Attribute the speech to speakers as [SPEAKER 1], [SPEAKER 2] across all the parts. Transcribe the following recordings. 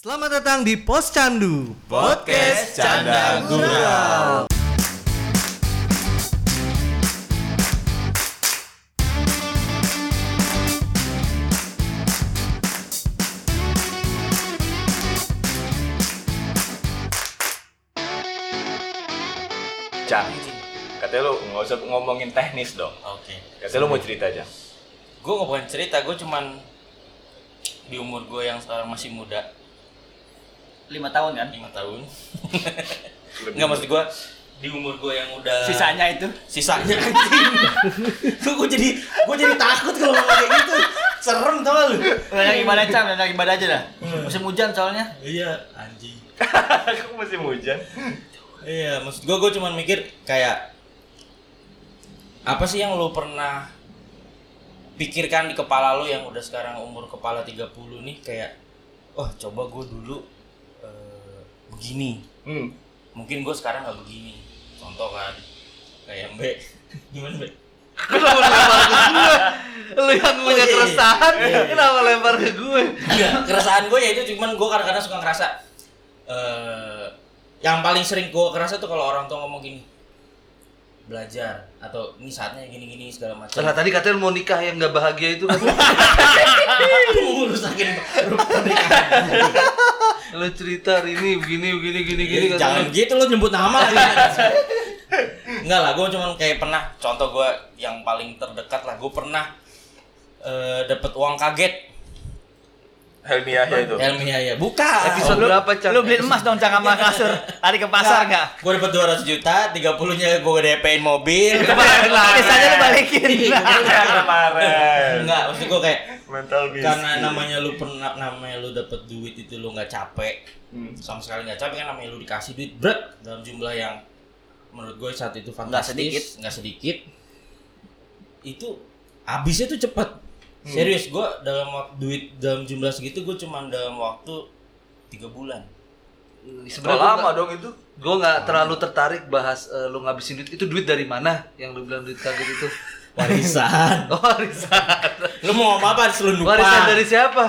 [SPEAKER 1] Selamat datang di Pos Candu.
[SPEAKER 2] Podcast Canda Gurau. Cak, katanya lu nggak usah ngomongin teknis dong.
[SPEAKER 3] Oke.
[SPEAKER 2] Katanya lu mau cerita aja.
[SPEAKER 3] Gue nggak bukan cerita, gue cuman di umur gue yang sekarang masih muda,
[SPEAKER 4] lima tahun kan
[SPEAKER 3] lima tahun.
[SPEAKER 2] Lebih
[SPEAKER 3] Enggak maksud gue di umur gue yang udah
[SPEAKER 4] sisanya itu
[SPEAKER 3] sisanya anjing. Tuh gue jadi gue jadi takut kalau ngomong kayak gitu. Serem tau gak lu?
[SPEAKER 4] lagi ibadah cam lagi ibadah aja dah
[SPEAKER 5] Hmm.
[SPEAKER 4] musim hujan soalnya
[SPEAKER 3] Iya, anjing.
[SPEAKER 2] Aku masih hujan.
[SPEAKER 3] Iya, maksud gue gue cuman mikir kayak apa sih yang lu pernah pikirkan di kepala lu yang udah sekarang umur kepala 30 nih kayak wah coba gue dulu eh, begini
[SPEAKER 2] Hmm.
[SPEAKER 3] mungkin gue sekarang nggak begini contoh kan kayak Mbe gimana Mbe
[SPEAKER 1] Kenapa lempar ke gue? Lu yang punya
[SPEAKER 3] iya, iya.
[SPEAKER 1] keresahan,
[SPEAKER 3] Iya, iya.
[SPEAKER 1] kenapa lempar ke gue?
[SPEAKER 3] enggak keresahan gue ya itu cuman gue kadang-kadang suka ngerasa eh yang paling sering gue kerasa tuh kalau orang tua ngomong gini belajar atau ini saatnya gini-gini segala macam
[SPEAKER 1] Nah, tadi katanya lu mau nikah yang nggak bahagia itu kan? katanya.
[SPEAKER 3] Aduh, rusakin pernikahan.
[SPEAKER 1] lu cerita hari ini begini begini gini gini
[SPEAKER 3] Eh, Jangan
[SPEAKER 1] katanya.
[SPEAKER 3] gitu lo nyebut nama lagi. Enggak lah, gue cuman kayak pernah contoh gue yang paling terdekat lah, gue pernah eh dapat uang kaget.
[SPEAKER 2] Helmiah ya itu.
[SPEAKER 3] Helminya ya, buka.
[SPEAKER 1] Episode berapa, Cang?
[SPEAKER 4] lu beli emas dong cang sama kasur lari ke pasar nggak
[SPEAKER 3] Gue dapat 200 juta, 30-nya gue DP-in mobil.
[SPEAKER 4] balikin lah sisanya lu balikin
[SPEAKER 1] Iya.
[SPEAKER 2] Kemarin.
[SPEAKER 3] Enggak, maksud gue kayak
[SPEAKER 2] Mental bisnis.
[SPEAKER 3] karena namanya lu pernah namanya lu dapat duit itu lu nggak capek.
[SPEAKER 2] Hmm.
[SPEAKER 3] Sama sekali nggak capek kan namanya lu dikasih duit berat dalam jumlah yang menurut gue saat itu
[SPEAKER 4] Nggak
[SPEAKER 3] fantastis,
[SPEAKER 4] sedikit.
[SPEAKER 3] nggak sedikit. Itu habisnya tuh cepet. Serius gue dalam wak- duit dalam jumlah segitu gue cuman dalam waktu tiga bulan.
[SPEAKER 2] Oh,
[SPEAKER 1] Sebenarnya
[SPEAKER 2] lama
[SPEAKER 1] lama
[SPEAKER 2] dong itu.
[SPEAKER 1] Gue nggak terlalu tertarik bahas eh, lu ngabisin duit itu duit dari mana yang lu bilang duit kaget itu.
[SPEAKER 3] Warisan.
[SPEAKER 1] Oh, warisan.
[SPEAKER 3] lu mau ngomong apa selundupan?
[SPEAKER 1] Warisan dari siapa?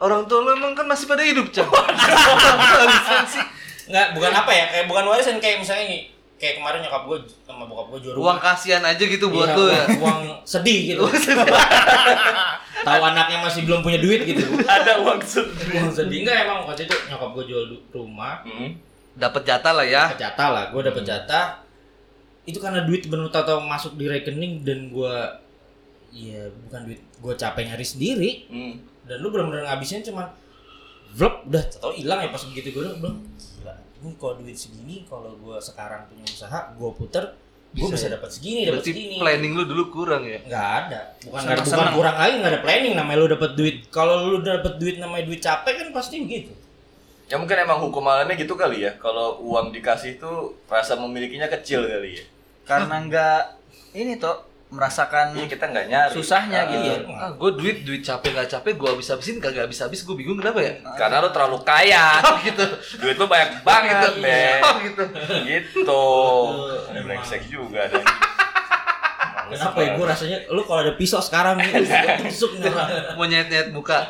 [SPEAKER 1] Orang tua lu emang kan masih pada hidup, Cang. Warisan sih.
[SPEAKER 3] Nggak, bukan apa ya? Kayak bukan warisan kayak misalnya ini. Kayak kemarin nyokap gue sama bokap gue jual
[SPEAKER 1] Uang
[SPEAKER 3] rumah.
[SPEAKER 1] kasihan aja gitu buat
[SPEAKER 3] Iya,
[SPEAKER 1] lu
[SPEAKER 3] uang,
[SPEAKER 1] ya.
[SPEAKER 3] uang sedih gitu. Tahu anaknya masih belum punya duit gitu.
[SPEAKER 2] Ada uang sedih.
[SPEAKER 3] uang sedih. Enggak emang waktu itu nyokap gue jual du- rumah.
[SPEAKER 2] Hmm.
[SPEAKER 1] Dapat jatah lah ya.
[SPEAKER 3] dapet jatah lah gue dapet jatah itu karena duit bener tahu masuk di rekening dan gue ya bukan duit gue capek nyari sendiri
[SPEAKER 2] Hmm.
[SPEAKER 3] dan lu bener-bener ngabisin cuman vlog udah tau hilang ya pas begitu gue udah bilang, gila ini kalau duit segini kalau gue sekarang punya usaha gue puter gue
[SPEAKER 1] Bisa
[SPEAKER 3] bisa,
[SPEAKER 1] ya?
[SPEAKER 3] dapat segini dapat
[SPEAKER 1] Berarti
[SPEAKER 3] Iya, segini
[SPEAKER 1] planning lu dulu kurang ya.
[SPEAKER 3] nggak ada bukan
[SPEAKER 4] Seneng-
[SPEAKER 3] bukan
[SPEAKER 4] seneng.
[SPEAKER 3] kurang lagi nggak ada planning namanya lu dapat duit kalau lu dapat duit namanya duit capek kan pasti begitu
[SPEAKER 2] Ya mungkin emang hukum alamnya gitu kali ya. Kalau uang dikasih tuh rasa memilikinya kecil kali ya.
[SPEAKER 4] karena nggak ini toh
[SPEAKER 2] Ini
[SPEAKER 3] Iya,
[SPEAKER 4] merasakan
[SPEAKER 2] Iya, kita nggak nyari.
[SPEAKER 4] Susahnya
[SPEAKER 2] Ah,
[SPEAKER 4] gitu.
[SPEAKER 2] iya.
[SPEAKER 1] Ah, gue duit duit capek nggak capek gue habis habisin kagak habis habis gue bingung kenapa ya.
[SPEAKER 4] Nah,
[SPEAKER 2] Karena lo terlalu kaya.
[SPEAKER 1] Oh gitu.
[SPEAKER 2] Duit lo banyak banget,
[SPEAKER 4] iya.
[SPEAKER 2] Beh.
[SPEAKER 1] Oh gitu.
[SPEAKER 2] gitu.
[SPEAKER 3] Betul, emang.
[SPEAKER 2] Brengsek juga ada.
[SPEAKER 3] Kenapa ya gue rasanya lu kalau ada pisau sekarang nih tusuk nyerang.
[SPEAKER 1] Mau nyet nyet muka.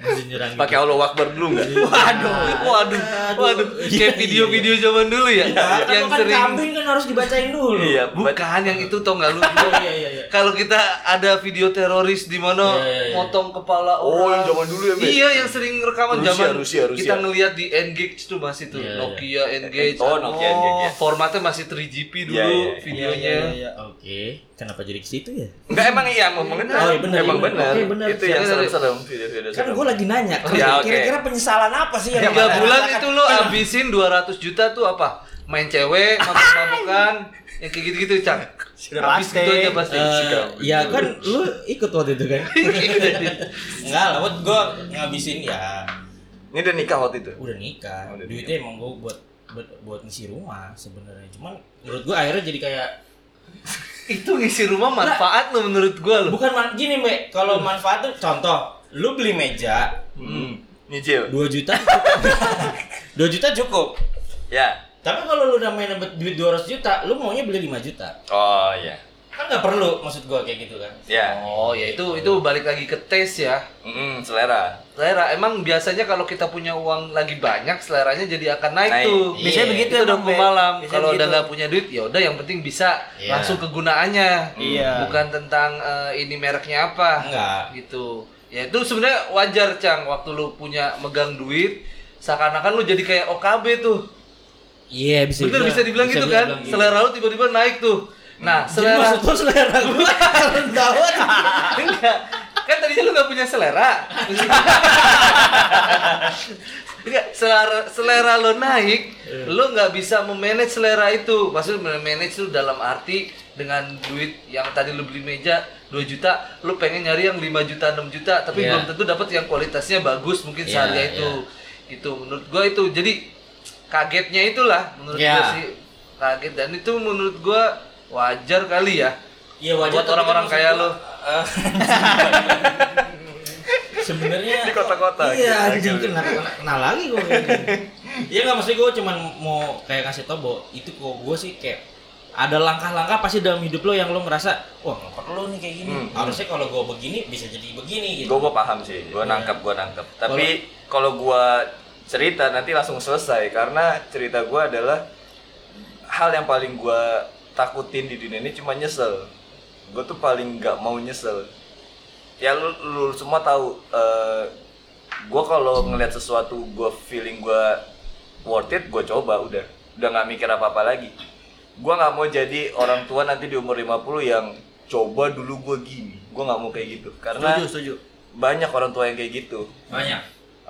[SPEAKER 3] Masih nyerang. gitu.
[SPEAKER 2] Pakai Allah Akbar dulu nggak?
[SPEAKER 1] Waduh, waduh, waduh.
[SPEAKER 3] Iya,
[SPEAKER 1] Kayak video-video zaman dulu ya, yang
[SPEAKER 3] kan
[SPEAKER 1] sering.
[SPEAKER 3] kambing kan harus dibacain dulu.
[SPEAKER 2] Iya, bukan.
[SPEAKER 1] Bukan yang itu tau nggak lu?
[SPEAKER 3] Oh, iya iya iya.
[SPEAKER 1] Kalau kita ada video teroris di mana
[SPEAKER 3] Iya, iya, iya.
[SPEAKER 1] motong kepala
[SPEAKER 2] Oh,
[SPEAKER 1] orang.
[SPEAKER 2] yang zaman dulu ya, Be?
[SPEAKER 1] Iya, yang sering rekaman
[SPEAKER 2] Rusia,
[SPEAKER 1] zaman
[SPEAKER 2] Rusia, Rusia.
[SPEAKER 1] kita ngelihat di Engage tuh masih tuh
[SPEAKER 3] Iya, iya.
[SPEAKER 1] Nokia Engage.
[SPEAKER 2] Oh, Nokia Engage, ya.
[SPEAKER 1] Formatnya masih 3GP dulu
[SPEAKER 2] Iya, iya, iya.
[SPEAKER 1] videonya.
[SPEAKER 3] Oke, kenapa jadi ke situ ya?
[SPEAKER 2] Enggak emang iya ngomongin
[SPEAKER 3] Oh, iya, benar,
[SPEAKER 2] emang
[SPEAKER 3] iya,
[SPEAKER 2] benar.
[SPEAKER 3] benar. Iya, benar.
[SPEAKER 2] Itu yang
[SPEAKER 1] Iya, iya.
[SPEAKER 2] serem-serem video-video.
[SPEAKER 3] Kan
[SPEAKER 2] serem.
[SPEAKER 3] gue lagi nanya,
[SPEAKER 2] Oh, ya,
[SPEAKER 3] kira-
[SPEAKER 2] oke.
[SPEAKER 3] kira-kira penyesalan apa sih yang
[SPEAKER 1] Tiga
[SPEAKER 3] kita
[SPEAKER 1] bulan
[SPEAKER 3] rasakan?
[SPEAKER 1] itu lu abisin 200 juta tuh apa? Main cewek, mabuk-mabukan, yang kayak gitu-gitu, Cang. Habis
[SPEAKER 4] pasti.
[SPEAKER 1] itu aja pasti. Iya,
[SPEAKER 3] Eh, ya kan lu ikut waktu itu kan? Enggak lah, buat gue ngabisin ya
[SPEAKER 2] Ini udah nikah waktu itu.
[SPEAKER 3] udah nikah.
[SPEAKER 2] Oh, udah
[SPEAKER 3] Duitnya emang gue buat buat buat ngisi rumah sebenarnya. Cuman menurut gue akhirnya jadi kayak
[SPEAKER 1] itu ngisi rumah manfaat lo menurut gua lo.
[SPEAKER 3] Bukan man- gini, Mbak. Kalau manfaat tuh contoh, lu beli meja
[SPEAKER 2] Hmm. Nyicil.
[SPEAKER 3] 2 juta. cukup. 2 juta cukup.
[SPEAKER 2] Ya.
[SPEAKER 3] Tapi kalau lu udah main dapet duit 200 juta, lu maunya beli 5 juta.
[SPEAKER 2] Oh, iya.
[SPEAKER 3] Kan nggak perlu maksud gua kayak gitu kan.
[SPEAKER 2] Ya.
[SPEAKER 1] Oh, ya itu itu balik lagi ke tes ya.
[SPEAKER 2] Hmm, selera.
[SPEAKER 1] selera. Emang biasanya kalau kita punya uang lagi banyak, seleranya jadi akan naik,
[SPEAKER 2] Naik.
[SPEAKER 1] tuh.
[SPEAKER 3] Iya.
[SPEAKER 4] Biasanya begitu
[SPEAKER 1] Itu udah
[SPEAKER 4] emang, Be.
[SPEAKER 1] pemalam.
[SPEAKER 4] Biasanya
[SPEAKER 1] Kalau udah
[SPEAKER 4] begitu.
[SPEAKER 1] nggak punya duit, ya udah yang penting bisa
[SPEAKER 3] Iya.
[SPEAKER 1] langsung kegunaannya.
[SPEAKER 4] Iya.
[SPEAKER 1] Bukan tentang eh, ini mereknya apa.
[SPEAKER 3] Enggak.
[SPEAKER 1] Gitu. Ya itu sebenarnya wajar, Cang. Waktu lu punya megang duit, seakan-akan lu jadi kayak OKB tuh.
[SPEAKER 3] Iya, bisa
[SPEAKER 1] Bener bisa dibilang gitu kan? Selera lu tiba-tiba naik tuh. Nah,
[SPEAKER 3] selera.
[SPEAKER 1] selera
[SPEAKER 3] maksud lu selera gua rendawan.
[SPEAKER 1] Enggak. Kan tadinya lu gak punya selera. Enggak, selera, Iya, selera lo naik,
[SPEAKER 3] Iya.
[SPEAKER 1] lo nggak bisa memanage selera itu. Maksudnya memanage itu dalam arti dengan duit yang tadi lu beli meja 2 juta, lu pengen nyari yang 5 juta, 6 juta, tapi
[SPEAKER 3] Iya.
[SPEAKER 1] belum tentu dapat yang kualitasnya bagus mungkin
[SPEAKER 3] Iya,
[SPEAKER 1] seharga itu. Itu menurut gua itu. Jadi kagetnya itulah menurut
[SPEAKER 3] Iya.
[SPEAKER 1] gua sih. Kaget dan itu menurut gua wajar kali ya.
[SPEAKER 3] Iya,
[SPEAKER 1] Buat orang-orang kaya lo.
[SPEAKER 3] Sebenarnya
[SPEAKER 2] Di kota-kota
[SPEAKER 3] Iya,
[SPEAKER 2] gitu.
[SPEAKER 3] anjing kena, kena, kena lagi gua. Iya enggak maksudnya gua cuman mau kayak kasih tau bahwa itu kok gua sih kayak ada langkah-langkah pasti dalam hidup lo yang lo merasa wah nggak perlu nih kayak gini
[SPEAKER 2] Hmm, hmm.
[SPEAKER 3] harusnya kalau gua begini bisa jadi begini gitu
[SPEAKER 2] Gue gue paham sih, gue nangkap gue nangkap. Tapi kalau gue cerita nanti langsung selesai karena cerita gue adalah hal yang paling gue takutin di dunia ini cuma nyesel. Gue tuh paling nggak mau nyesel. Ya lu, lu semua tahu, gue kalau ngelihat sesuatu gue feeling gue worth it, gue coba udah, udah nggak mikir apa apa lagi. Gue nggak mau jadi orang tua nanti di umur 50 yang coba dulu gue gini, gue nggak mau kayak gitu karena
[SPEAKER 4] Setuju, setuju.
[SPEAKER 2] banyak orang tua yang kayak gitu
[SPEAKER 3] banyak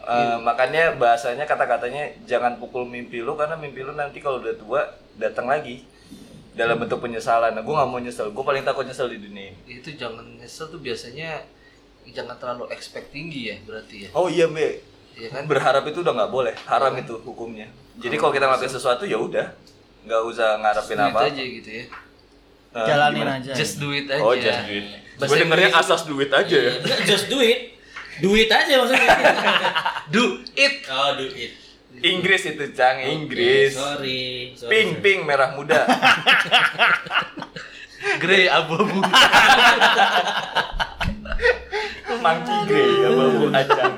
[SPEAKER 2] Eh, makanya bahasanya kata-katanya jangan pukul mimpi lu karena mimpi lu nanti kalau udah tua datang lagi dalam bentuk penyesalan nah, gue nggak mau nyesel gue paling takut nyesel di dunia ini
[SPEAKER 1] itu jangan nyesel tuh biasanya jangan terlalu expect tinggi ya berarti ya
[SPEAKER 2] oh iya be
[SPEAKER 1] Iya kan
[SPEAKER 2] berharap itu udah nggak boleh haram itu hukumnya jadi kalau kita ngelakuin sesuatu ya udah nggak usah ngarepin
[SPEAKER 1] duit
[SPEAKER 2] apa
[SPEAKER 1] aja gitu ya
[SPEAKER 2] Eh,
[SPEAKER 4] Jalanin
[SPEAKER 2] gimana?
[SPEAKER 3] Iya,
[SPEAKER 4] aja.
[SPEAKER 1] just do it aja
[SPEAKER 2] oh just duit
[SPEAKER 1] Bahasa
[SPEAKER 2] gue dengernya
[SPEAKER 1] Inggris-
[SPEAKER 2] asas duit aja ya
[SPEAKER 3] Nggak, just do it duit aja maksudnya
[SPEAKER 1] do it
[SPEAKER 3] oh do it
[SPEAKER 2] Inggris itu cang Inggris
[SPEAKER 3] Oke, sorry, sorry
[SPEAKER 2] ping
[SPEAKER 3] sorry.
[SPEAKER 2] ping merah muda
[SPEAKER 1] grey abu-abu
[SPEAKER 2] Mangki grey, abu-abu acang,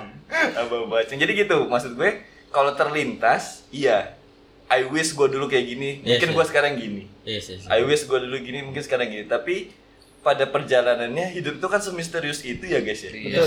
[SPEAKER 2] abu-abu acang. Jadi gitu, maksud gue kalau terlintas, iya. I wish gue dulu kayak gini,
[SPEAKER 1] Iya
[SPEAKER 3] Yes,
[SPEAKER 2] mungkin
[SPEAKER 3] yes.
[SPEAKER 2] gue sekarang gini.
[SPEAKER 3] yes, yes, yes.
[SPEAKER 2] I wish gue dulu gini, mungkin sekarang gini. Tapi pada perjalanannya hidup itu kan semisterius itu ya guys ya.
[SPEAKER 1] Iya.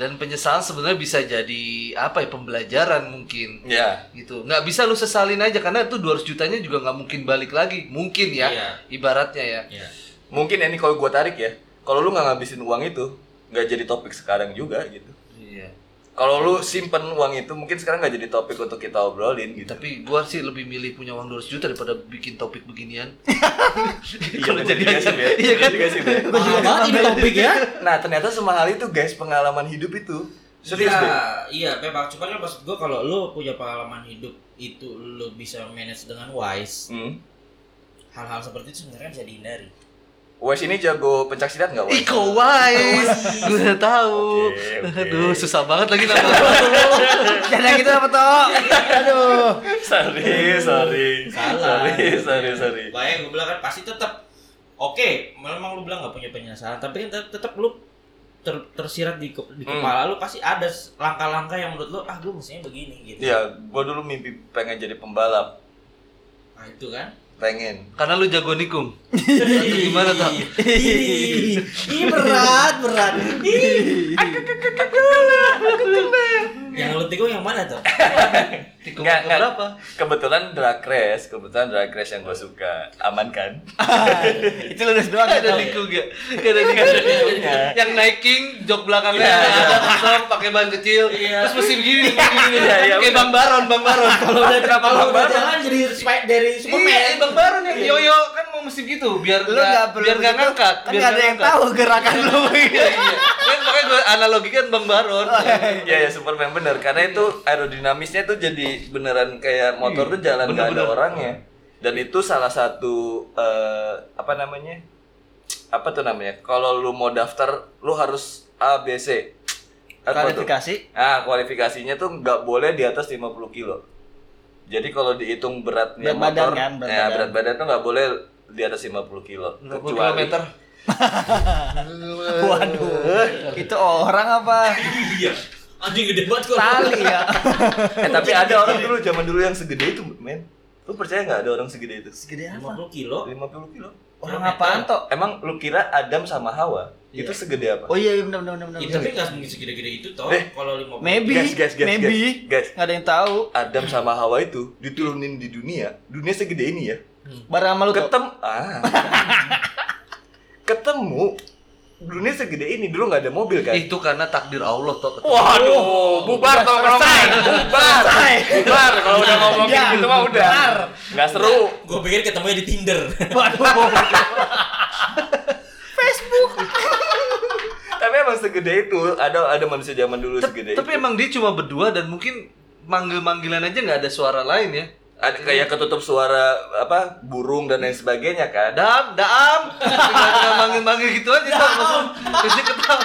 [SPEAKER 1] dan penyesalan sebenarnya bisa jadi apa ya pembelajaran mungkin
[SPEAKER 2] Ya.
[SPEAKER 1] gitu nggak bisa lu sesalin aja karena itu 200 jutanya juga nggak mungkin balik lagi mungkin ya
[SPEAKER 3] Iya.
[SPEAKER 1] ibaratnya ya
[SPEAKER 3] Ya.
[SPEAKER 2] Mungkin ya ini kalau gue tarik ya, kalau lu nggak ngabisin uang itu, nggak jadi topik sekarang juga gitu.
[SPEAKER 1] iya
[SPEAKER 2] Kalau lu simpen uang itu, mungkin sekarang nggak jadi topik untuk kita obrolin gitu.
[SPEAKER 1] tapi gua sih lebih milih punya uang 200 juta daripada bikin topik beginian
[SPEAKER 2] Iya,
[SPEAKER 1] kalau
[SPEAKER 2] bener
[SPEAKER 1] jadi
[SPEAKER 2] juga
[SPEAKER 1] aja
[SPEAKER 2] sih, Be.
[SPEAKER 1] iya
[SPEAKER 2] Bener
[SPEAKER 1] kan
[SPEAKER 2] juga sih, Be.
[SPEAKER 3] Mahal Ah, banget ini topik ya.
[SPEAKER 2] Nah ternyata semahal itu guys pengalaman hidup itu serius
[SPEAKER 3] Iya,
[SPEAKER 2] deh.
[SPEAKER 3] iya memang cuman kan maksud gua kalau lu punya pengalaman hidup itu lu bisa manage dengan wise.
[SPEAKER 2] Hmm.
[SPEAKER 3] Hal-hal seperti itu sebenarnya bisa dihindari.
[SPEAKER 2] Wes ini jago pencak silat nggak Wes?
[SPEAKER 1] Iko Wise, gue udah tahu.
[SPEAKER 2] Oke, oke.
[SPEAKER 1] Aduh, susah banget lagi nama.
[SPEAKER 4] Jangan gitu apa toh? Aduh.
[SPEAKER 2] sorry, sorry,
[SPEAKER 3] Salah.
[SPEAKER 2] sorry, sorry, sorry.
[SPEAKER 3] Bahaya gue bilang kan pasti tetap oke, memang lu bilang nggak punya penyesalan, tapi kan tet- tetap lu ter- tersirat di, ke- di
[SPEAKER 2] Hmm.
[SPEAKER 3] kepala lu pasti ada s- langkah-langkah yang menurut lu ah gue mestinya begini gitu.
[SPEAKER 2] Iya, gua dulu mimpi pengen jadi pembalap,
[SPEAKER 3] Nah, itu kan.
[SPEAKER 2] pengen.
[SPEAKER 1] Karena lu jago nikung. Itu gimana tuh?
[SPEAKER 3] Ih, ih, berat, berat. Ih. yang lu tikung yang mana tuh?
[SPEAKER 1] Tikung
[SPEAKER 2] Nggak, nggak.
[SPEAKER 1] berapa?
[SPEAKER 2] Kebetulan drag race, kebetulan drag race yang gua suka, aman kan?
[SPEAKER 4] Itu lurus doang
[SPEAKER 1] Nggak ada
[SPEAKER 4] gitu.
[SPEAKER 1] nikung gak? Gak ada nikung. Yang naiking jok belakangnya
[SPEAKER 2] Iya, iya.
[SPEAKER 1] ada kosong pakai ban kecil.
[SPEAKER 3] Iya.
[SPEAKER 1] Terus mesti begini, begini.
[SPEAKER 2] Iya, iya,
[SPEAKER 1] Kayak
[SPEAKER 2] bener.
[SPEAKER 1] Bang Baron, Bang Baron.
[SPEAKER 3] Kalau udah
[SPEAKER 2] Kenapa
[SPEAKER 3] kalau
[SPEAKER 2] Bang
[SPEAKER 3] udah
[SPEAKER 2] Baron?
[SPEAKER 3] jalan jadi spy- dari
[SPEAKER 1] Iya,
[SPEAKER 3] Superman.
[SPEAKER 1] Bang Baron yang yoyo kan mau mesti gitu biar
[SPEAKER 4] Lu enggak
[SPEAKER 1] nggak
[SPEAKER 4] perlu
[SPEAKER 1] biar nggak
[SPEAKER 4] gitu.
[SPEAKER 1] ngangkat.
[SPEAKER 4] Kan
[SPEAKER 1] biar
[SPEAKER 4] nggak ada
[SPEAKER 1] nggak
[SPEAKER 4] yang
[SPEAKER 1] ngangkat.
[SPEAKER 4] tahu gerakan lu.
[SPEAKER 1] Iya, iya. Kan makanya gue analogikan Bang Baron.
[SPEAKER 2] kan
[SPEAKER 4] Oh,
[SPEAKER 2] Iya, ya Superman bener. Karena itu
[SPEAKER 4] Iya.
[SPEAKER 2] aerodinamisnya tuh jadi beneran kayak motor tuh jalan nggak ada
[SPEAKER 1] bener-bener.
[SPEAKER 2] orangnya. Dan itu salah satu eh, apa namanya? Apa tuh namanya? Kalau lu mau daftar, lu harus A B C. Apa tuh?
[SPEAKER 4] Kualifikasi.
[SPEAKER 2] Ah, kualifikasinya tuh nggak boleh di atas 50 kilo. Jadi kalau dihitung beratnya
[SPEAKER 4] Berat
[SPEAKER 2] motor,
[SPEAKER 4] badan kan, berat
[SPEAKER 2] ya,
[SPEAKER 4] badan.
[SPEAKER 2] berat badan tuh nggak boleh di atas 50 kilo.
[SPEAKER 4] kan?
[SPEAKER 1] 50 kilometer.
[SPEAKER 4] Waduh. Itu orang apa?
[SPEAKER 6] Anjing gede banget kok.
[SPEAKER 5] Tali ya.
[SPEAKER 2] Eh, tapi ada orang dulu zaman dulu yang segede itu, men. Lu percaya nggak ada orang segede itu?
[SPEAKER 4] Segede apa?
[SPEAKER 6] 50 kilo.
[SPEAKER 2] 50 kilo.
[SPEAKER 4] Orang apaan toh?
[SPEAKER 2] Emang lu kira Adam sama Hawa itu segede apa?
[SPEAKER 4] Oh iya, iya, benar benar benar.
[SPEAKER 5] Nah,
[SPEAKER 6] Ya,
[SPEAKER 4] benar.
[SPEAKER 6] tapi nggak mungkin segede-gede itu toh.
[SPEAKER 2] Eh.
[SPEAKER 6] Kalau 50
[SPEAKER 5] Maybe,
[SPEAKER 2] Guys, guys, guys,
[SPEAKER 5] maybe.
[SPEAKER 2] guys, guys.
[SPEAKER 5] Nggak ada yang tahu.
[SPEAKER 2] Adam sama Hawa itu diturunin di dunia, dunia segede ini ya.
[SPEAKER 5] Barang sama lu tuh.
[SPEAKER 2] Ketem ah. Ketemu dunia segede ini dulu nggak ada mobil kan?
[SPEAKER 1] Itu karena takdir Allah toh. Oh,
[SPEAKER 2] Waduh, bubar kalau gitu. kalau bubar, bubar kalau udah ngomongin
[SPEAKER 5] Ya,
[SPEAKER 2] gitu mah udah, nggak seru.
[SPEAKER 6] Gue pikir ketemunya di Tinder.
[SPEAKER 2] Tapi emang segede itu ada ada manusia zaman dulu segede.
[SPEAKER 1] Tapi
[SPEAKER 2] itu.
[SPEAKER 1] emang dia cuma berdua dan mungkin manggil-manggilan aja nggak ada suara lain ya.
[SPEAKER 2] ada kayak ketutup suara apa burung dan lain sebagainya kan.
[SPEAKER 1] Dam, daam. Tinggal manggil-manggil gitu aja toh. Maksud, maksudnya ketawa.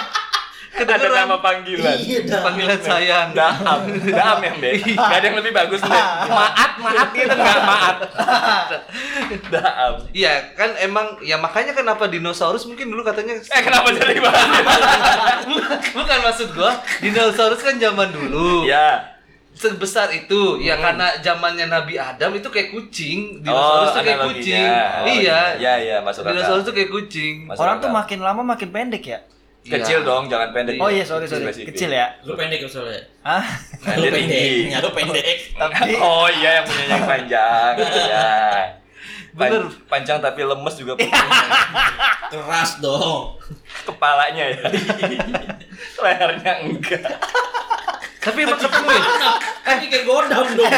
[SPEAKER 2] Ada
[SPEAKER 1] Kedengeran
[SPEAKER 2] nama panggilan.
[SPEAKER 5] Iya
[SPEAKER 1] panggilan sayang.
[SPEAKER 2] Daam, daam yang deh. Gak ada yang lebih bagus deh.
[SPEAKER 1] Ah.
[SPEAKER 2] Maat, maat gitu nggak maat. Daam.
[SPEAKER 1] Iya, kan emang ya makanya kenapa dinosaurus mungkin dulu katanya
[SPEAKER 2] Eh kenapa jadi bahas?
[SPEAKER 1] bukan maksud gua, dinosaurus kan zaman dulu.
[SPEAKER 2] ya.
[SPEAKER 1] sebesar itu ya karena zamannya Nabi Adam itu kayak kucing
[SPEAKER 2] Oh,
[SPEAKER 1] dinosaurus itu kayak
[SPEAKER 2] analoginya.
[SPEAKER 1] kucing
[SPEAKER 2] Oh,
[SPEAKER 1] iya
[SPEAKER 2] Iya, iya, masuk akal.
[SPEAKER 1] dinosaurus itu kayak kucing
[SPEAKER 2] Masuk
[SPEAKER 5] Orang tuh
[SPEAKER 2] akal.
[SPEAKER 5] makin lama makin pendek ya.
[SPEAKER 1] Iya.
[SPEAKER 2] kecil dong, jangan pendek.
[SPEAKER 5] Oh iya, sorry sorry.
[SPEAKER 2] Spesifik.
[SPEAKER 5] Kecil ya.
[SPEAKER 4] iya.
[SPEAKER 6] Lu pendek ya soalnya.
[SPEAKER 5] Hah?
[SPEAKER 2] Nah,
[SPEAKER 6] Lu
[SPEAKER 2] dia
[SPEAKER 6] pendek.
[SPEAKER 2] tinggi.
[SPEAKER 6] Ya lu pendek.
[SPEAKER 5] Tapi
[SPEAKER 2] Oh iya yang punya yang panjang. ya. Pan-
[SPEAKER 1] Bener.
[SPEAKER 2] Panjang tapi lemes juga punya.
[SPEAKER 6] Keras dong.
[SPEAKER 2] Kepalanya ya. Lehernya enggak.
[SPEAKER 1] tapi emang ketemu ya
[SPEAKER 6] Eh, ini kayak godam dong.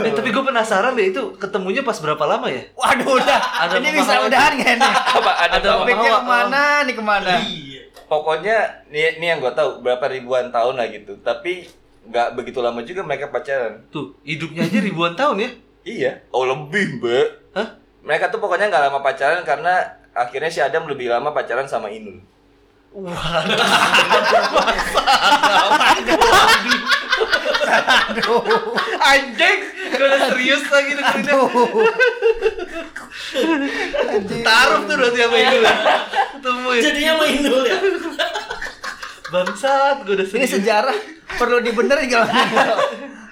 [SPEAKER 1] Eh, tapi gue penasaran deh itu ketemunya pas berapa lama ya
[SPEAKER 5] waduh udah.
[SPEAKER 1] Ada
[SPEAKER 5] ini
[SPEAKER 1] mama
[SPEAKER 5] bisa
[SPEAKER 1] Hawa.
[SPEAKER 5] udahan nggak nih?
[SPEAKER 2] Apa ada,
[SPEAKER 1] Ada
[SPEAKER 2] topik?
[SPEAKER 5] Topiknya
[SPEAKER 1] Hawa.
[SPEAKER 5] kemana nih kemana?
[SPEAKER 6] Iya.
[SPEAKER 2] Pokoknya ini, ini yang gue tahu berapa ribuan tahun lah gitu. Tapi nggak begitu lama juga mereka pacaran.
[SPEAKER 1] tuh hidupnya aja ribuan tahun ya
[SPEAKER 2] Iya. Oh lebih mbak.
[SPEAKER 1] Hah?
[SPEAKER 2] Mereka tuh pokoknya nggak lama pacaran karena akhirnya si Adam lebih lama pacaran sama Inul.
[SPEAKER 1] anjing gue udah serius lagi dengerinnya taruh tuh berarti apa itu temuin
[SPEAKER 6] Jadinya main dulu ya.
[SPEAKER 1] bangsat gue udah
[SPEAKER 5] Ini
[SPEAKER 1] serius
[SPEAKER 5] sejarah perlu dibenerin kalau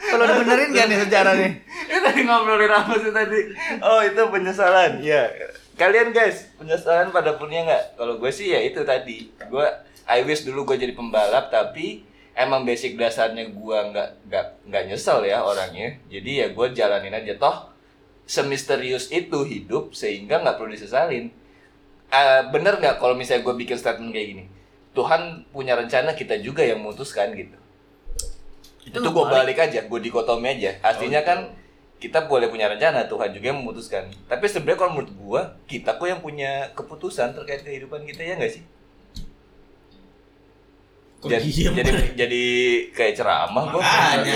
[SPEAKER 5] perlu dibenerin nggak nih sejarah nih?
[SPEAKER 2] Ini tadi ngobrolin apa sih tadi? Oh itu penyesalan, ya. Kalian guys, penyesalan pada punya nggak? Kalau gue sih ya itu tadi. Gue I wish dulu gue jadi pembalap tapi emang basic dasarnya gue nggak nggak nggak nyesel ya orangnya. Jadi ya gue jalanin aja toh. Semisterius itu hidup sehingga nggak perlu disesalin. Eh, bener nggak kalau misalnya gue bikin statement kayak gini? Tuhan punya rencana kita juga yang memutuskan gitu itu, gue balik. aja gue dikotomi aja artinya kan kita boleh punya rencana Tuhan juga yang memutuskan tapi sebenarnya kalau menurut gue kita kok yang punya keputusan terkait kehidupan kita ya nggak sih
[SPEAKER 6] Kok
[SPEAKER 2] jadi
[SPEAKER 6] diem?
[SPEAKER 2] jadi, jadi kayak ceramah gue
[SPEAKER 6] Makanya.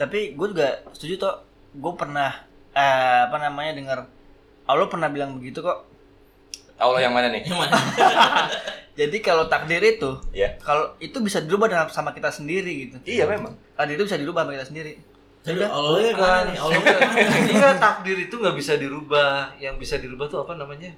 [SPEAKER 5] Tapi gue juga setuju toh. Gue pernah eh, apa namanya dengar Allah pernah bilang begitu kok.
[SPEAKER 2] Allah yang mana nih
[SPEAKER 6] Yang mana?
[SPEAKER 5] Jadi kalau takdir itu
[SPEAKER 2] ya
[SPEAKER 5] kalau itu bisa dirubah dengan sama kita sendiri gitu.
[SPEAKER 2] iya memang
[SPEAKER 5] Takdir itu bisa dirubah sama kita sendiri.
[SPEAKER 6] Tapi
[SPEAKER 5] Udah.
[SPEAKER 6] Allah ya kan.
[SPEAKER 2] Oh,
[SPEAKER 6] Allah kan.
[SPEAKER 1] Enggak, takdir itu nggak bisa dirubah. Yang bisa dirubah tuh apa namanya?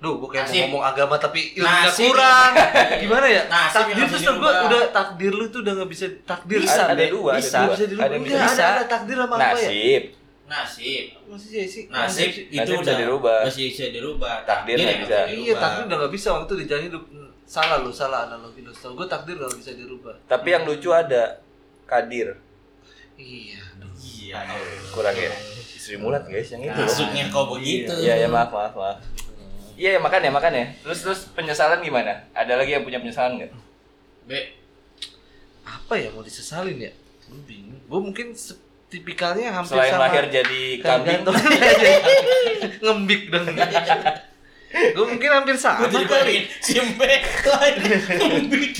[SPEAKER 1] Duh, gue kayak mau
[SPEAKER 6] Nasib.
[SPEAKER 1] ngomong agama tapi ilmunya
[SPEAKER 6] Nasib.
[SPEAKER 1] kurang. Gimana ya?
[SPEAKER 6] Nasib
[SPEAKER 1] takdir
[SPEAKER 6] yang
[SPEAKER 1] tuh
[SPEAKER 6] harus
[SPEAKER 1] menurut gua
[SPEAKER 6] dirubah.
[SPEAKER 1] udah takdir lu tuh udah nggak bisa takdir.
[SPEAKER 5] Bisa,
[SPEAKER 2] ada, ada
[SPEAKER 5] Be.
[SPEAKER 2] dua
[SPEAKER 5] Bisa,
[SPEAKER 2] ada dua
[SPEAKER 1] bisa dirubah.
[SPEAKER 2] ada yang
[SPEAKER 1] Udah,
[SPEAKER 2] bisa.
[SPEAKER 1] ada, ada takdir sama apa ya?
[SPEAKER 2] nasib
[SPEAKER 6] Nasib.
[SPEAKER 1] Maksudnya sih.
[SPEAKER 6] Nasib itu
[SPEAKER 2] Nasib bisa
[SPEAKER 6] udah
[SPEAKER 2] dirubah.
[SPEAKER 6] Masih bisa dirubah.
[SPEAKER 2] Takdir nggak
[SPEAKER 6] yang
[SPEAKER 2] bisa.
[SPEAKER 1] Iya,
[SPEAKER 6] dirubah.
[SPEAKER 1] takdir udah nggak bisa waktu di jalan hidup. Salah lu, salah analogi lu. Setahu gua takdir nggak bisa dirubah.
[SPEAKER 2] tapi yang lucu ada kadir
[SPEAKER 1] Iya.
[SPEAKER 6] Iya.
[SPEAKER 2] kurang ya Sri Mulat guys yang itu
[SPEAKER 6] Masuknya kau begitu.
[SPEAKER 2] Iya ya maaf maaf maaf. Iya ya makan ya makan ya. Terus terus penyesalan gimana? Ada lagi yang punya penyesalan nggak?
[SPEAKER 6] Be,
[SPEAKER 1] Apa ya mau disesalin ya? Gue bingung. Gue mungkin se- tipikalnya hampir
[SPEAKER 2] Selain
[SPEAKER 1] sama.
[SPEAKER 2] lahir jadi
[SPEAKER 1] Kayak
[SPEAKER 2] kambing.
[SPEAKER 1] gantung aja. Ngembik dong. Gue mungkin hampir sama
[SPEAKER 6] Gue jadi
[SPEAKER 1] kali.
[SPEAKER 6] pengen simpe lain kumbik.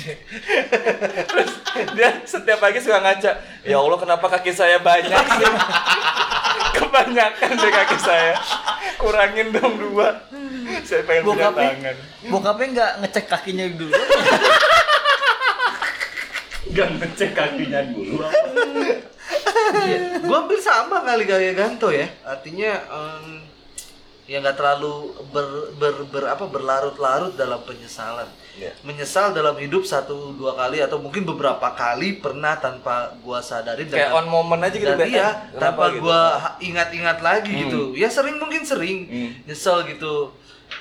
[SPEAKER 2] Dia setiap pagi suka ngaca. Ya Allah kenapa kaki saya banyak sih? Kebanyakan deh kaki saya. Kurangin dong dua. Saya pengen punya
[SPEAKER 5] Bokapnya
[SPEAKER 2] tangan.
[SPEAKER 5] bokapnya nggak ngecek kakinya dulu.
[SPEAKER 2] Gak ngecek kakinya dulu. Iya.
[SPEAKER 1] Gue hampir sama kali gaya Ganto ya. Artinya em, yang nggak terlalu ber, ber- ber- apa berlarut-larut dalam penyesalan
[SPEAKER 2] Iya.
[SPEAKER 1] menyesal dalam hidup satu dua kali atau mungkin beberapa kali pernah tanpa gua sadari dan
[SPEAKER 2] kayak on moment aja gitu
[SPEAKER 1] dan
[SPEAKER 2] Ben.
[SPEAKER 1] iya,
[SPEAKER 2] Kenapa
[SPEAKER 1] tanpa
[SPEAKER 2] gitu?
[SPEAKER 1] gua ha- ingat-ingat lagi gitu ya sering mungkin sering
[SPEAKER 2] Hmm.
[SPEAKER 1] nyesel gitu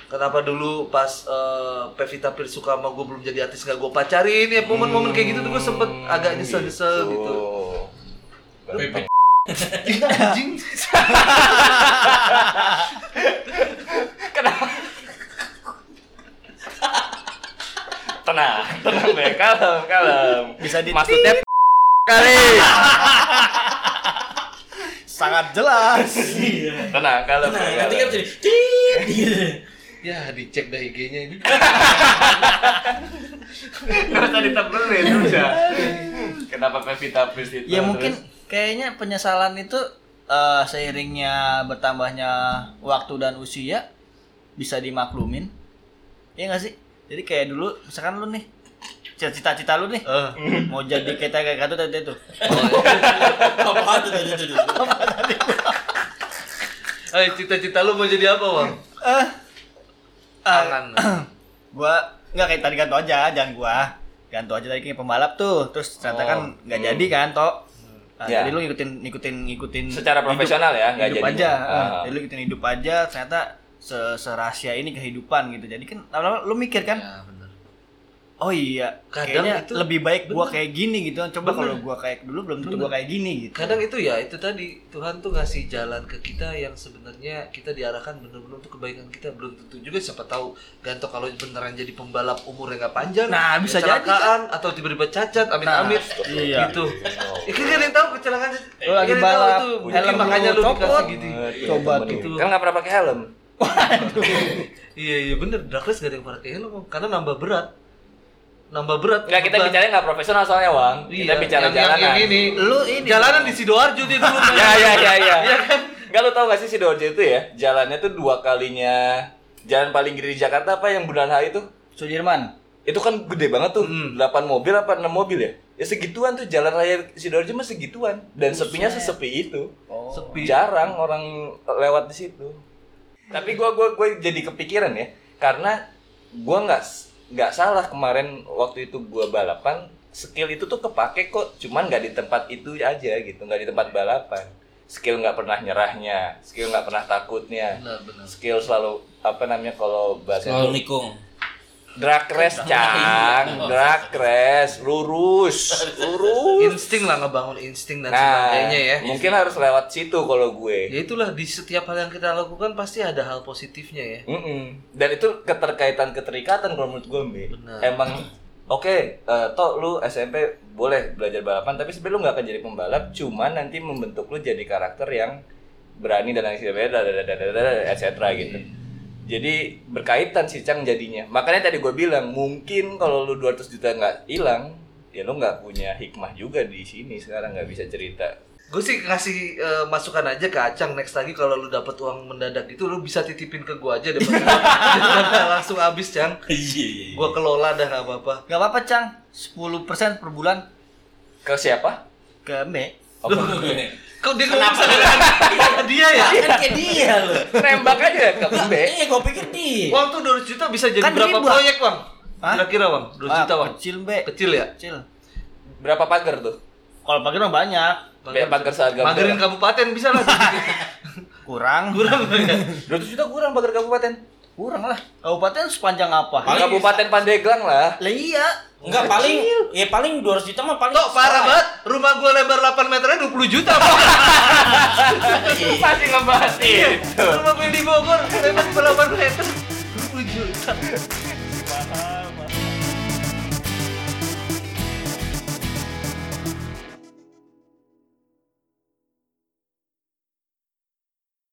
[SPEAKER 1] kenapa dulu pas eh, Pevita Pierce suka sama gue belum jadi artis nggak gue pacarin ya momen-momen kayak gitu tuh gue sempet
[SPEAKER 2] Hmm,
[SPEAKER 1] agak nyesel-nyesel gitu
[SPEAKER 2] Ganteng.
[SPEAKER 1] Ih, gitu. anjing
[SPEAKER 2] tenang tenang deh kalem kalem
[SPEAKER 5] Bisa di-
[SPEAKER 2] maksudnya kali
[SPEAKER 5] sangat jelas
[SPEAKER 6] Iya.
[SPEAKER 2] tenang kalem
[SPEAKER 3] Nah,
[SPEAKER 2] kalem.
[SPEAKER 3] nanti kan jadi tit gitu.
[SPEAKER 1] ya dicek dah IG-nya ini
[SPEAKER 2] nggak usah ditebelin udah kenapa Pevita Pierce itu
[SPEAKER 5] ya
[SPEAKER 2] Nah, terus?
[SPEAKER 5] mungkin kayaknya penyesalan itu eh, seiringnya bertambahnya waktu dan usia bisa dimaklumin ya nggak sih jadi kayak dulu misalkan lu nih cita-cita lu nih
[SPEAKER 2] Eh.
[SPEAKER 5] mau jadi kita kayak kartu tadi itu
[SPEAKER 2] Oh, iya.
[SPEAKER 3] Apaan tuh tadi tuh?
[SPEAKER 1] Eh, cita-cita lu mau jadi apa bang
[SPEAKER 5] eh Ah.
[SPEAKER 1] tangan
[SPEAKER 5] gua nggak kayak tadi ganto aja jangan gua ganto aja tadi kayak pembalap tuh terus ternyata
[SPEAKER 2] Oh,
[SPEAKER 5] kan nggak
[SPEAKER 2] hmm.
[SPEAKER 5] jadi kan toh Nah,
[SPEAKER 2] Ya.
[SPEAKER 5] jadi lu ngikutin ngikutin ngikutin
[SPEAKER 2] Secara
[SPEAKER 5] hidup-
[SPEAKER 2] profesional ya, nggak
[SPEAKER 5] hidup
[SPEAKER 2] jadi.
[SPEAKER 5] aja
[SPEAKER 2] Ah.
[SPEAKER 5] Ah, jadi lu ngikutin hidup aja ternyata se- serahasia ini kehidupan gitu jadi kan lama-lama lu mikir kan
[SPEAKER 1] ya bener
[SPEAKER 5] oh iya
[SPEAKER 1] Kadang
[SPEAKER 5] kayaknya
[SPEAKER 1] itu-
[SPEAKER 5] lebih baik gua kayak gini gitu coba
[SPEAKER 1] Bener.
[SPEAKER 5] kalau gua kayak dulu belum tentu gua kayak gini gitu
[SPEAKER 1] kadang itu ya itu tadi Tuhan tuh ngasih jalan ke kita yang sebenarnya kita diarahkan bener-bener untuk kebaikan kita belum tentu juga siapa tahu Ganto kalau beneran jadi pembalap umurnya nggak panjang
[SPEAKER 5] Nah, bisa jadi,
[SPEAKER 1] kecelakaan, atau tiba-tiba cacat amit-amit
[SPEAKER 5] iya.
[SPEAKER 1] gitu ya, kan nggak ada yang tahu kecelakaan
[SPEAKER 5] Lu lagi
[SPEAKER 1] Nggak ada yang tahu
[SPEAKER 5] balap,
[SPEAKER 1] itu.
[SPEAKER 5] helm
[SPEAKER 1] Mungkin
[SPEAKER 5] lu
[SPEAKER 1] makanya lu
[SPEAKER 5] copot.
[SPEAKER 1] dikasih gitu
[SPEAKER 5] Coba
[SPEAKER 1] tuh.
[SPEAKER 2] kan nggak pernah pakai helm
[SPEAKER 1] iya iya bener drag race gak ada yang pernah kayak lu Bang. karena nambah berat nambah berat
[SPEAKER 2] nggak kita
[SPEAKER 1] beban.
[SPEAKER 2] bicara nggak profesional soalnya Wang kita
[SPEAKER 1] Iya,
[SPEAKER 2] bicara
[SPEAKER 1] yang- yang-
[SPEAKER 2] jalanan
[SPEAKER 1] yang ini lu ini jalanan di sidoarjo dia dulu
[SPEAKER 2] ya ya ya ya
[SPEAKER 1] Iya kan?
[SPEAKER 2] nggak lu tau gak sih si Dorje itu ya jalannya tuh dua kalinya jalan paling gede di Jakarta apa yang bulan hari itu
[SPEAKER 5] Sudirman
[SPEAKER 2] itu kan gede banget tuh delapan mobil apa enam mobil ya ya segituan tuh jalan raya sidoarjo mah segituan dan sepinya sesepi itu
[SPEAKER 1] Sepi.
[SPEAKER 2] jarang orang lewat di situ tapi gua gua gua jadi kepikiran ya karena gua nggak s- nggak salah kemarin waktu itu gua balapan skill itu tuh kepake kok cuman nggak di tempat itu aja gitu nggak di tempat balapan skill nggak pernah nyerahnya skill nggak pernah takutnya
[SPEAKER 1] benar benar
[SPEAKER 2] skill selalu apa namanya kalau bahasa
[SPEAKER 3] Selalu nikung.
[SPEAKER 2] Drag race, Cang. Drag race. Lurus. Lurus.
[SPEAKER 1] insting lah ngebangun insting dan
[SPEAKER 2] Nah,
[SPEAKER 1] sebagainya ya
[SPEAKER 2] mungkin harus lewat situ kalau gue.
[SPEAKER 1] ya itulah di setiap hal yang kita lakukan pasti ada hal positifnya ya
[SPEAKER 2] Mm-mm. Dan itu keterkaitan keterikatan kalau menurut gue, Mbe.
[SPEAKER 1] Benar.
[SPEAKER 2] Emang Oke, eh, toh lu SMP boleh belajar balapan, tapi sebenarnya lu nggak akan jadi pembalap, cuman nanti membentuk lu jadi karakter yang berani dan lain sebagainya, etc. gitu. Jadi berkaitan sih Cang jadinya. Makanya tadi gue bilang mungkin kalau lu 200 juta nggak hilang, ya lu nggak punya hikmah juga di sini sekarang nggak bisa cerita.
[SPEAKER 1] gue sih ngasih eh, masukan aja ke Acang next lagi kalau lu dapet uang mendadak itu lu bisa titipin ke gua aja daripada langsung habis Cang
[SPEAKER 3] Iya iya.
[SPEAKER 1] gua kelola dah nggak apa-apa
[SPEAKER 5] nggak apa-apa cang 10% per bulan
[SPEAKER 2] Ke siapa?
[SPEAKER 5] ke me
[SPEAKER 1] kok dia ngomong sama dia ya
[SPEAKER 3] Kan kayak dia loh.
[SPEAKER 2] Nembak aja ke Mbe.
[SPEAKER 3] Iya, gua pikir dia.
[SPEAKER 1] uang tuh 200 juta bisa jadi
[SPEAKER 5] Kan
[SPEAKER 1] berapa
[SPEAKER 5] riba.
[SPEAKER 1] proyek bang
[SPEAKER 5] Hah?
[SPEAKER 1] kira-kira bang 2 juta bang
[SPEAKER 5] Ah, kecil be
[SPEAKER 1] kecil ya
[SPEAKER 5] kecil
[SPEAKER 2] Berapa pagar tuh?
[SPEAKER 5] kalau pagi mah banyak
[SPEAKER 2] Be, pagar seharga
[SPEAKER 1] magerin
[SPEAKER 2] berapa?
[SPEAKER 1] kabupaten bisa lah
[SPEAKER 5] kurang
[SPEAKER 1] kurang ya
[SPEAKER 2] 200 juta kurang pagar kabupaten.
[SPEAKER 5] kurang lah kabupaten sepanjang apa
[SPEAKER 3] Paling-
[SPEAKER 2] Kabupaten Pandeglang lah.
[SPEAKER 5] lah iya
[SPEAKER 3] Enggak paling ya paling 200 juta mah paling.
[SPEAKER 1] Tok parah banget, rumah gua lebar 8 meternya 20 juta Bang.
[SPEAKER 3] Iya.
[SPEAKER 2] Susah sih ngebahas itu.
[SPEAKER 1] Iya. Rumah gue di Bogor lebar 8 meter 20 juta
[SPEAKER 3] banget.